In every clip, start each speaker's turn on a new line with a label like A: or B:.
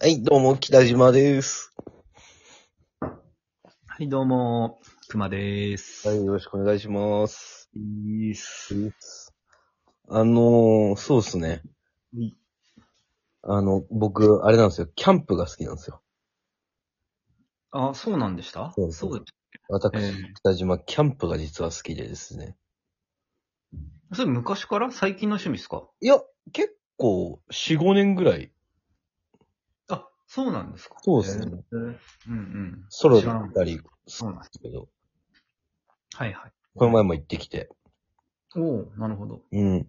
A: はい、どうも、北島です。
B: はい、どうも、くまでーす。
A: はい、よろしくお願いします。
B: いいっす。
A: あのー、そうですね
B: はい。
A: あの、僕、あれなんですよ、キャンプが好きなんですよ。
B: あ、そうなんでした
A: そうそう
B: だ
A: 私、
B: え
A: 北島、キャンプが実は好きでですね。
B: えそれ昔から最近の趣味ですか
A: いや、結構、4、5年ぐらい、
B: あ、そうなんですか
A: そうっすね。
B: ええうんうん。
A: ソロ
B: 知
A: で
B: ら
A: 行
B: な
A: ったり、
B: そうなんです。
A: けど、
B: はいはい。
A: この前も行ってきて。
B: おおなるほど。
A: うん。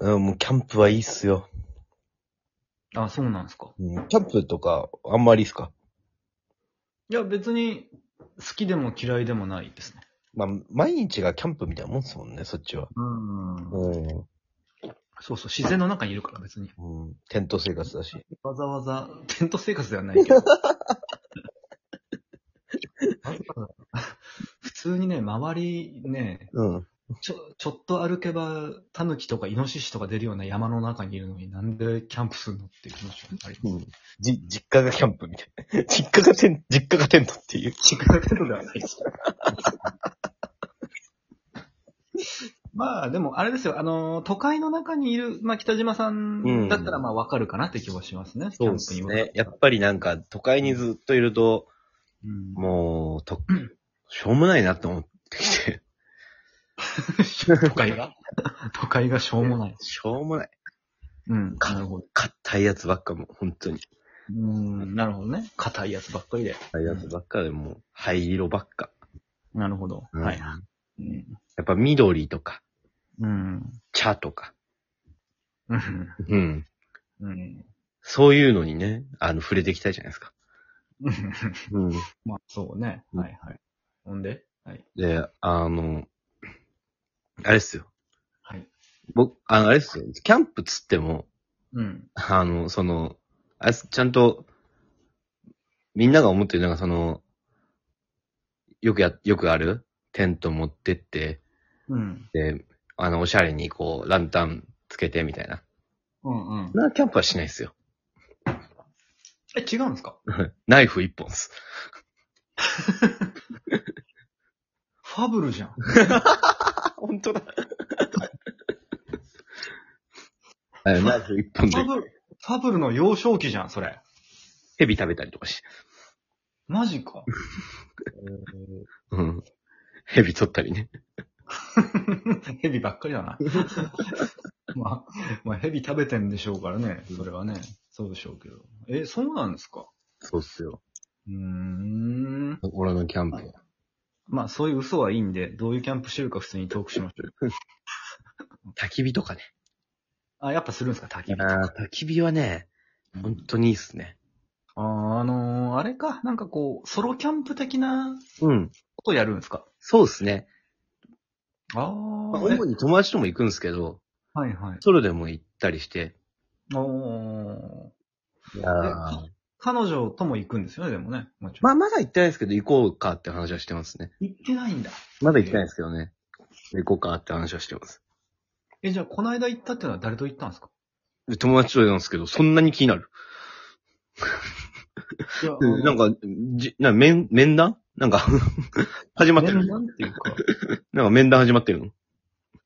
A: うん、もう、キャンプはいいっすよ。
B: あ、そうなんですか
A: うん、キャンプとか、あんまりっすか
B: いや、別に、好きでも嫌いでもないですね。
A: まあ、毎日がキャンプみたいなもんっすもんね、そっちは。
B: うん。
A: うん。
B: そうそう、自然の中にいるから別に。
A: うん、テント生活だし。
B: わざわざ、テント生活ではな いけど。わ ざわざ普通にね、周りね、
A: うん。
B: ちょ、ちょっと歩けば、タヌキとかイノシシとか出るような山の中にいるのになんでキャンプするのっていう気持ちがあります。
A: うんじ、実家がキャンプみたい な。実家がテン、実家がテントっていう。
B: 実家だけどではないです。 まあ、でも、あれですよ、あの、都会の中にいる、まあ、北島さんだったら、まあ、わかるかなって気はしますね。
A: そうですね。
B: キャ
A: や
B: ンプには
A: っぱりなんか、都会にずっといると、
B: うん、
A: もう、 と、しょうもないなって思ってきて。
B: 都会が都会がしょうもない。
A: しょうもない。
B: うん、なるほど。
A: 硬いやつばっかも、本当に。
B: うん、なるほどね。硬いやつばっかりで。
A: 硬いやつばっかでもう、灰色ばっか。
B: なるほど。
A: うん
B: はい。
A: や
B: うん。
A: っぱ緑とか、
B: うん。
A: 茶とか。
B: うん
A: うん。
B: うん。
A: そういうのにね、あの、触れていきたいじゃないですか。うん。
B: まあ、そうね。
A: うん
B: はいはい。ほんではい。
A: で、あの、あれっすよ。
B: はい。
A: 僕、あの、あれっすよ。キャンプつっても、
B: うん。
A: あの、その、あれっすちゃんと、みんなが思ってる、なんかその、よくや、よくあるテント持ってって、
B: うん。
A: で、あの、おしゃれにこう、ランタンつけてみたいな。
B: うんうん。
A: な、キャンプはしないっすよ。
B: え、違うんですか
A: ナイフ一本っす。
B: ファブルじゃん。
A: あ、本当だ。 はい、ナイフ一本
B: フ
A: で
B: ァ、ブル、ファブルの幼少期じゃん、それ。
A: 蛇食べたりとかして。
B: マジか。
A: うん。蛇取ったりね。
B: ヘビばっかり だな。まあ、まあ、ヘビ食べてんでしょうからね。それはね。そうでしょうけど。え、そうなんですか
A: そうっすよ。
B: うーん。
A: 俺のキャンプは。
B: まあ、そういう嘘はいいんで、どういうキャンプしてるか普通にトークしましょう。
A: 焚き火とかね。
B: あ、やっぱするんですか焚き火。
A: ああ、焚き火はね、本当にいいっすね。
B: あー、あのー、あれか、なんかこう、ソロキャンプ的な
A: うん。
B: ことやるんですか
A: そうですね。
B: ああ、
A: まあ主に友達とも行くんですけど、
B: はいはい。
A: ソロでも行ったりして。
B: おー
A: いやー
B: 彼女とも行くんですよね、でもね。もちろん。
A: まあ、まだ行ってないですけど、行こうかって話はしてますね。
B: 行ってないんだ。
A: まだ行ってないですけどね。行こうかって話はしてます。
B: え、じゃあ、この間行ったっていうのは誰と行ったんですか
A: で友達となんですけど、そんなに気になる。
B: いや、
A: うんなん
B: か、
A: か、じ、なんか面、面談なんか、 始まってる。
B: なんていうか。
A: なんか面談始まってるの。
B: う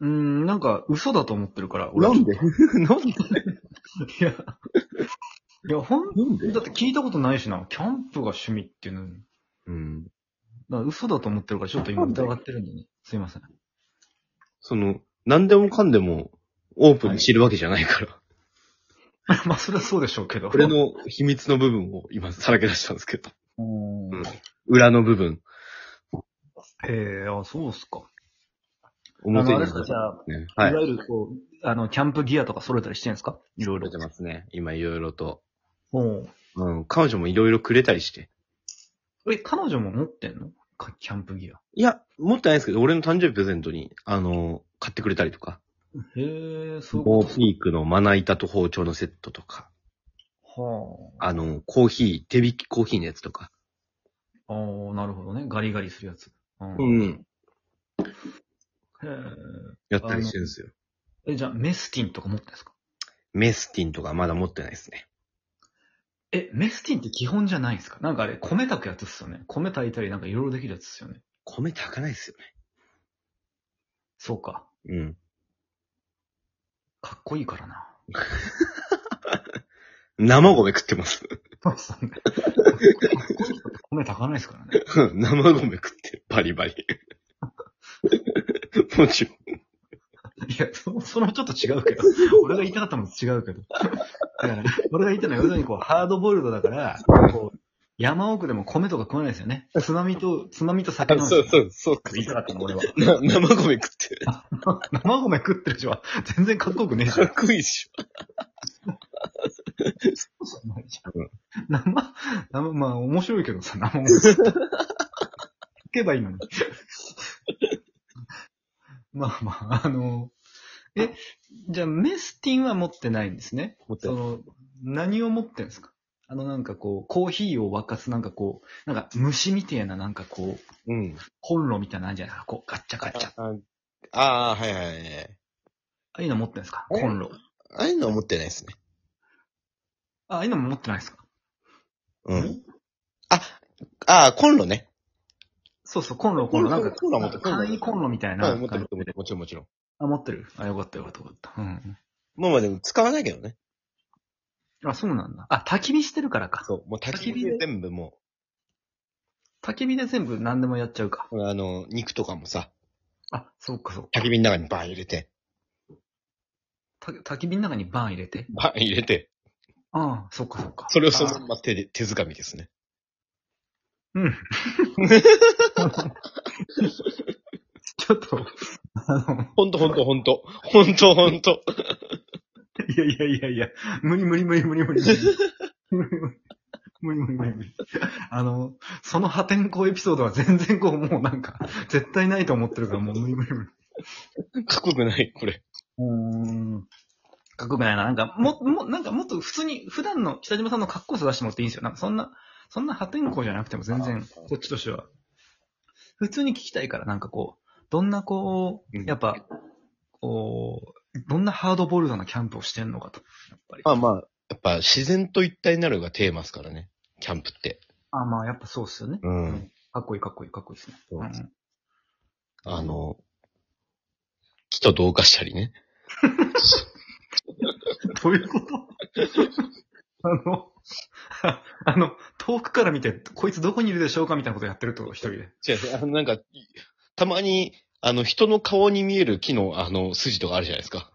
B: ーん、なんか、嘘だと思ってるから、は
A: なんでなんで
B: いや、いや、ほん、
A: なん
B: だって聞いたことないしな、キャンプが趣味っていうのに。
A: うん。
B: だから嘘だと思ってるから、ちょっと今疑ってるんでね。すいません。
A: その、何でもかんでも、オープンにしてるわけじゃないから。
B: まあ、それはそうでしょうけど。
A: これの秘密の部分を今さらけ出したんですけど。
B: うーん。
A: 裏の部分。
B: へえ、あ、そうっすか。あ
A: 表
B: の、
A: に
B: あ
A: 出
B: れっすか、じ
A: し
B: ゃあ、
A: ね。はいい。
B: わゆるこう、あの、キャンプギアとか揃えたりしてるんですかいろいろ
A: 出。てますね。今いろいろと。
B: お
A: うん。彼女もいろいろくれたりして。
B: え、彼女も持ってんのかキャンプギア。
A: いや、持ってないですけど、俺の誕生日プレゼントに、あの、買ってくれたりとか。
B: へえ、そういう
A: ボ
B: こ
A: ーピークのまな板と包丁のセットとか。
B: と。は
A: あの、コーヒー、手引きコーヒーのやつとか。
B: あ。ああ、なるほどね。ガリガリするやつ。うんへ
A: うん。
B: え。
A: やったりしてるんですよ。
B: え、じゃあ、メスティンとか持ってんですか
A: メスティンとかまだ持ってないですね。
B: え、メスティンって基本じゃないんですかなんかあれ、米炊くやつっすよね。米炊いたりなんかいろいろできるやつっすよね。
A: 米炊かないっすよ
B: そうか。
A: ね。うん。
B: かっこいいからな。
A: 生米食ってます。
B: そうっすね。かっこいい人って米炊かないですからね。
A: 生米食ってる、バリ バリ。もちろん。
B: いや、そそれはちょっと違うけど。俺が言いたかったのと違うけど。だから、俺が言いたいのは要するにこう、ハードボイルドだから、こう、山奥でも米とか食わないですよね。つまみと、つまみと酒飲んで
A: そうそう、そうか。
B: 言いたかったの、俺は。
A: な 生米食ってる。
B: 生米食ってる人は全然かっこよくねえじ
A: か
B: ゃん。
A: っこいいっし
B: そうじゃないじゃ
A: うん
B: ん。生、生、まあ面白いけどさ、生米 食った。聞けばいいのに。 まあまあ、あの、え、じゃあメスティンは持ってないんですね。
A: ょ。
B: その、何を持ってんですかあのなんかこう、コーヒーを沸かすなんかこう、なんか虫みたいななんかこう、
A: うん。
B: コンロみたいなのあるじゃないですか。こう、ガッチャガッチャ。あ
A: ああー、はいはいはい。
B: あいうの持ってんですかコンロ。
A: ああいうのは持ってないですね。
B: ああいうのも持ってないですか。
A: うんあ、ああ、コンロね。
B: そうそう、コンロ、コン
A: コ
B: ロ。な
A: ン
B: ん
A: ロ
B: か、
A: コンロ持ってる
B: 簡易コンロみたいな。
A: はい、持ってる、持ってる、もちろんもちろん。
B: あ、持ってる。あ、よかったよかったよかった。うん
A: まあまあでも使わないけどね。
B: うん。あ、そうなんだ。あ、焚き火してるからか。
A: そう、もう焚き
B: 焚き
A: 火
B: 火
A: で
B: で
A: 全部も
B: 焚き火で全部何でもやっちゃうか。
A: う、あの、肉とかもさ、
B: あ、そうかそうか。
A: 焚き火の中にバーン入れて、
B: た焚き火の中にバン入れて。
A: バーン入れて、
B: ああ、そうかそうか。
A: それをその
B: あ
A: まま手で、手づかみですね。
B: うん。 ちょっと、あの、
A: ほんとほんとほんと。ほんとほんと。
B: いやいやいやいや、無理無理無理無理無理無理。無理無理無理無理無理。あの、その破天荒エピソードは全然こう、もうなんか、絶対ないと思ってるから、もう無理無理無理。
A: かっこよくない、これ。
B: うん。かっこよくないな。なんか、も、も、なんかもっと普通に、普段の北島さんのかっこよさ出してもらっていいんですよ。なんかそんな、そんな破天荒じゃなくても全然、こっちとしては。普通に聞きたいから、なんかこう、どんなこ
A: うん
B: う、やっぱ、こう、どんなハードボイルドなキャンプをしてんのかと。やっぱり。
A: まあまあ、やっぱ自然と一体になるのがテーマですからね。キャンプって。
B: あ、まあ、やっぱそうっすよね。
A: うん。
B: かっこいいかっこいいかっこいいですね。
A: そう
B: うん
A: あの、木と同化したりね。
B: どういうこと あの、あの、遠くから見て、こいつどこにいるでしょうかみたいなことやってるってこと、一人で。
A: 違う、あの、なんか、たまに、あの、人の顔に見える木の、あの、筋とかあるじゃないですか。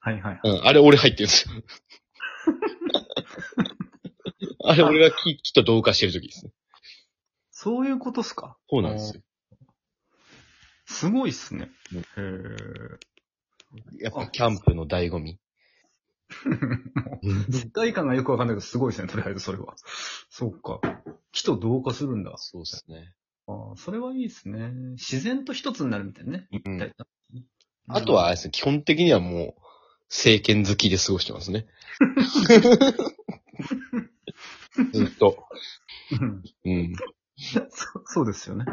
B: はいはい。
A: うん、あれ俺入ってるんです よ。あれ俺が木、木と同化してる時ですね。
B: そういうことっすか
A: そうなんですよ。
B: すごいっすね。
A: うん
B: へー
A: やっぱキャンプの醍醐 味。うん
B: 実体感がよくわかんないけど、すごいですね、とりあえずそれは。そうか。木と同化するんだ。
A: そうですね。
B: あーそれはいいですね。自然と一つになるみたいなね。
A: うん。
B: うん
A: あとはあれですね、基本的にはもう、政権好きで過ごしてます ね。ずっと。
B: うん
A: うん。
B: そそうですよね。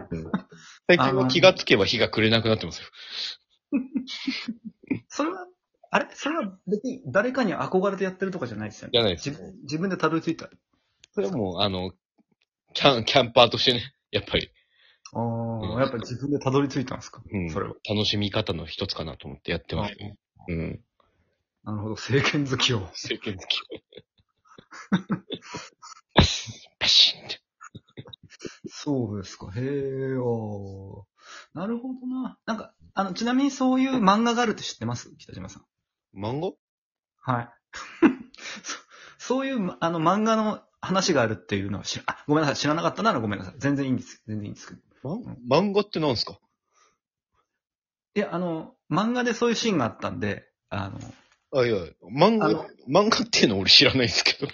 A: 最近は気がつけば日が暮れなくなってますよ。
B: それは、あれそれは別に誰かに憧れてやってるとかじゃないですよ
A: じ
B: ね。
A: ゃないです
B: 自。分自分でたどり着いた。
A: それはもう、あの、キャン、キャンパーとしてね、やっぱり、
B: ああ、
A: うん
B: やっぱ自分でたどり着いたんですか、
A: うん
B: それは。
A: 楽しみ方の一つかなと思ってやってますね。うん。
B: なるほど、政権 好きを。
A: 政権好 き。パシン、パシンって。
B: そうですか、へえ、おーなるほどな。なんか、あの、ちなみにそういう漫画があるって知ってます北島さん。
A: 漫画
B: はい。 そそういうま、あの、漫画の話があるっていうのは知ら、あ、ごめんなさい、知らなかったならごめんなさい。全然いいんです。全然いいんですけど。
A: 漫漫画ってなんすか
B: いや、あの、漫画でそういうシーンがあったんで、あの、
A: あ、いや、漫
B: あ
A: 画
B: の、
A: 漫画っていうの俺知らないですけど。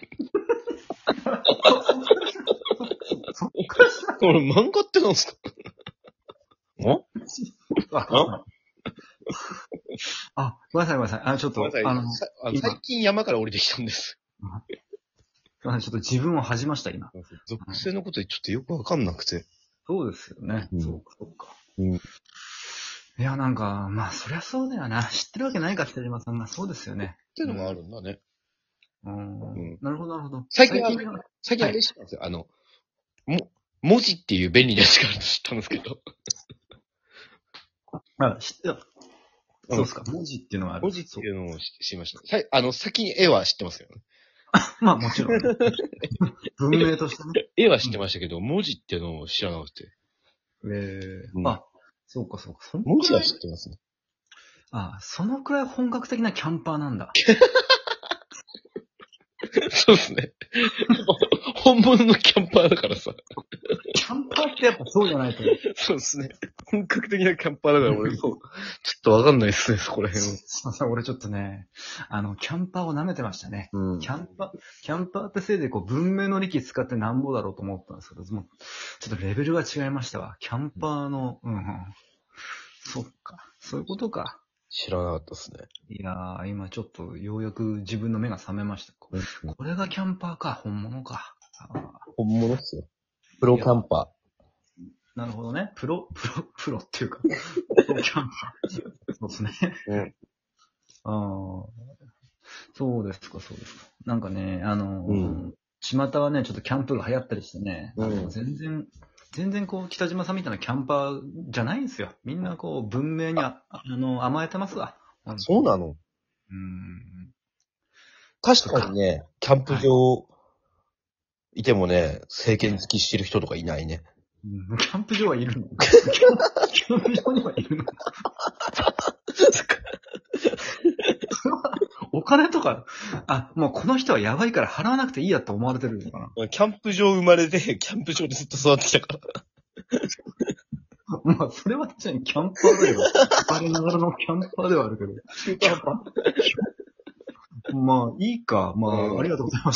B: そっから
A: 俺、漫画ってなんすか
B: あ、あごめんなさいごめんなさい。あの、ちょっ
A: ご
B: と、
A: めんなさい
B: あの、
A: さあの
B: 今
A: 最近山から降りてきたん です。
B: ごめんなさいちょっと自分を恥じました、今。
A: 属性のことちょっとよくわかんなくて。
B: そうですよね。
A: うん
B: そうか、そうか。
A: うん
B: いや、なんか、まあ、そりゃそうだよな。知ってるわけないか、北島さんが。そうですよね。
A: っていうのがあるんだね。
B: うん
A: ん。
B: なるほど、なるほど。
A: 最近は
B: は
A: 最近あれしたんですよ。あの、も、文字っていう便利なやつがあるの知ったんですけど。
B: あ、知ってた。そうですか。文字っていうのはある。
A: 文字って
B: う。
A: いうのを知知りました。さいあの、先に絵は知ってますけどね。
B: まあもちろん。 文明としてね。
A: 絵は知ってましたけど、文字っていうのを知らなくて。
B: え
A: うん
B: あ、そうかそうか。その
A: 文字は
B: くらい
A: 知ってますね。
B: あ、そのくらい本格的なキャンパーなんだ。
A: そうです ね。本物のキャンパーだからさ。
B: キャンパーってやっぱそうじゃないと。
A: そうですね。本格的なキャンパーだから俺、 そう。ちょっとわかんないですね、そこら辺は。
B: そうそう俺ちょっとね、あの、キャンパーを舐めてましたね。
A: うん
B: キャンパー、キャンパーってせいでこう文明の利器使ってなんぼだろうと思ったんですけど、もう、ちょっとレベルが違いましたわ。キャンパーの、うん、うん。そっか。そういうことか。
A: 知らなかったですね。
B: いやー、今ちょっとようやく自分の目が覚めました。これがキャンパーか、本物か。あー
A: 本物っすよ。プロキャンパ
B: なるほどね。プロ、プロ、プロっていうか、プロキャンパー。そうですね。
A: うん
B: ああ、そうですか、そうですか。なんかね、あのー、
A: うん
B: 巷はね、ちょっとキャンプが流行ったりしてね、
A: うん
B: あの全然、全然こう、北島さんみたいなキャンパーじゃないんですよ。みんなこう、文明にあ、あの、甘えてますわ。
A: ー。そうなの
B: うん。
A: 確かにね、キャンプ場、いてもね、政権付きしてる人とかいない ね。
B: うんキャンプ場はいるの キャンプキャンプ場にはいるのお金とか、あ、もうこの人はやばいから払わなくていいやと思われてるのかな。
A: キャンプ場生まれて、キャンプ場でずっと育ってきたから。
B: まあ、それは確かにキャンパーだよ。あれながらのキャンパーでは あるけど。キャンパーまあ、いいか。まあ、ありがとうございました。